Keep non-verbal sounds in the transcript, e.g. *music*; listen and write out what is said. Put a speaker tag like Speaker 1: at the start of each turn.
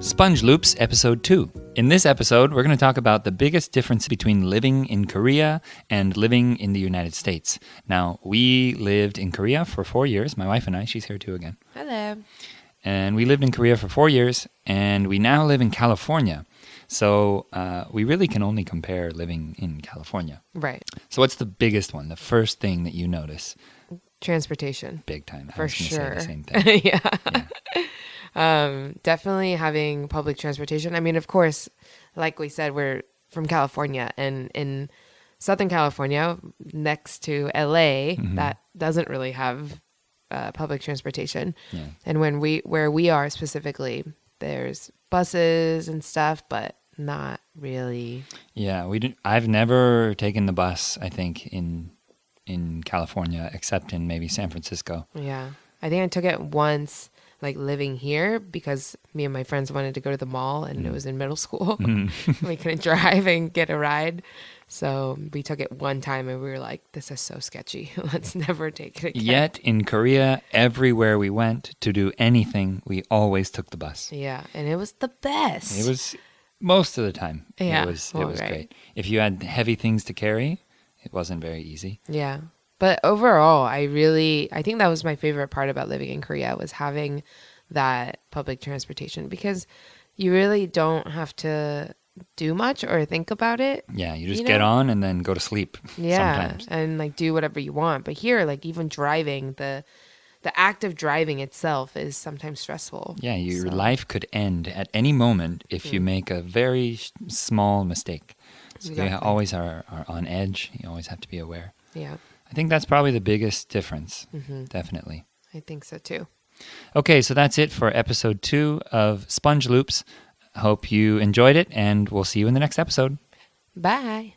Speaker 1: Sponge Loops Episode 2. In this episode, we're going to talk about the biggest difference between living in Korea and living in the United States. Now, we lived in Korea for four years, my wife and I, she's here too again.
Speaker 2: Hello.
Speaker 1: And we lived in Korea for four years, and we now live in California. So uh, we really can only compare living in California.
Speaker 2: Right.
Speaker 1: So, what's the biggest one, the first thing that you notice
Speaker 2: Transportation.
Speaker 1: big time? I
Speaker 2: For
Speaker 1: was gonna say
Speaker 2: sure.
Speaker 1: the
Speaker 2: *laughs*
Speaker 1: same thing.
Speaker 2: yeah. *laughs* Um, definitely having public transportation. I mean, of course, like we said, we're from California and in Southern California, next to LA,
Speaker 1: Mm-hmm.
Speaker 2: that doesn't really have uh, public transportation.
Speaker 1: Yeah.
Speaker 2: And when we where we are specifically, there's buses and stuff, but not really.
Speaker 1: Yeah, we didn't, I've never taken the bus. I think in in California, except in maybe San Francisco.
Speaker 2: Yeah. I think I took it once, like living here, because me and my friends wanted to go to the mall and
Speaker 1: Mm.
Speaker 2: it was in
Speaker 1: *laughs*
Speaker 2: middle school. *laughs* we couldn't drive and get a ride. So we took it one time and we were like, this is so sketchy. *laughs* Let's never take it again.
Speaker 1: Yet in Korea, everywhere we went to do anything, we always took the bus.
Speaker 2: Yeah. And it was the best.
Speaker 1: It was most of the time.
Speaker 2: Yeah,
Speaker 1: it was.
Speaker 2: well,
Speaker 1: it was
Speaker 2: right.
Speaker 1: great. If you had heavy things to carry, it wasn't very easy.
Speaker 2: Yeah. But overall, I really I think that was my favorite part about living in Korea was having that public transportation because you really don't have to do much or think about it.
Speaker 1: Yeah, you just
Speaker 2: You
Speaker 1: get
Speaker 2: know-
Speaker 1: on and then go to sleep.
Speaker 2: yeah
Speaker 1: sometimes.
Speaker 2: and like do whatever you want but here like even driving the the act of driving itself is sometimes stressful
Speaker 1: Yeah, your
Speaker 2: So- Hmm.
Speaker 1: life could end at any moment if you make a very sh- small mistake. So you
Speaker 2: Exactly.
Speaker 1: always are, are on edge. You always have to be aware.
Speaker 2: yeah
Speaker 1: I think that's probably the biggest difference, definitely.
Speaker 2: i think so too
Speaker 1: Okay, so that's it for episode two of Sponge Loops. Hope you enjoyed it, and we'll see you in the next episode.
Speaker 2: bye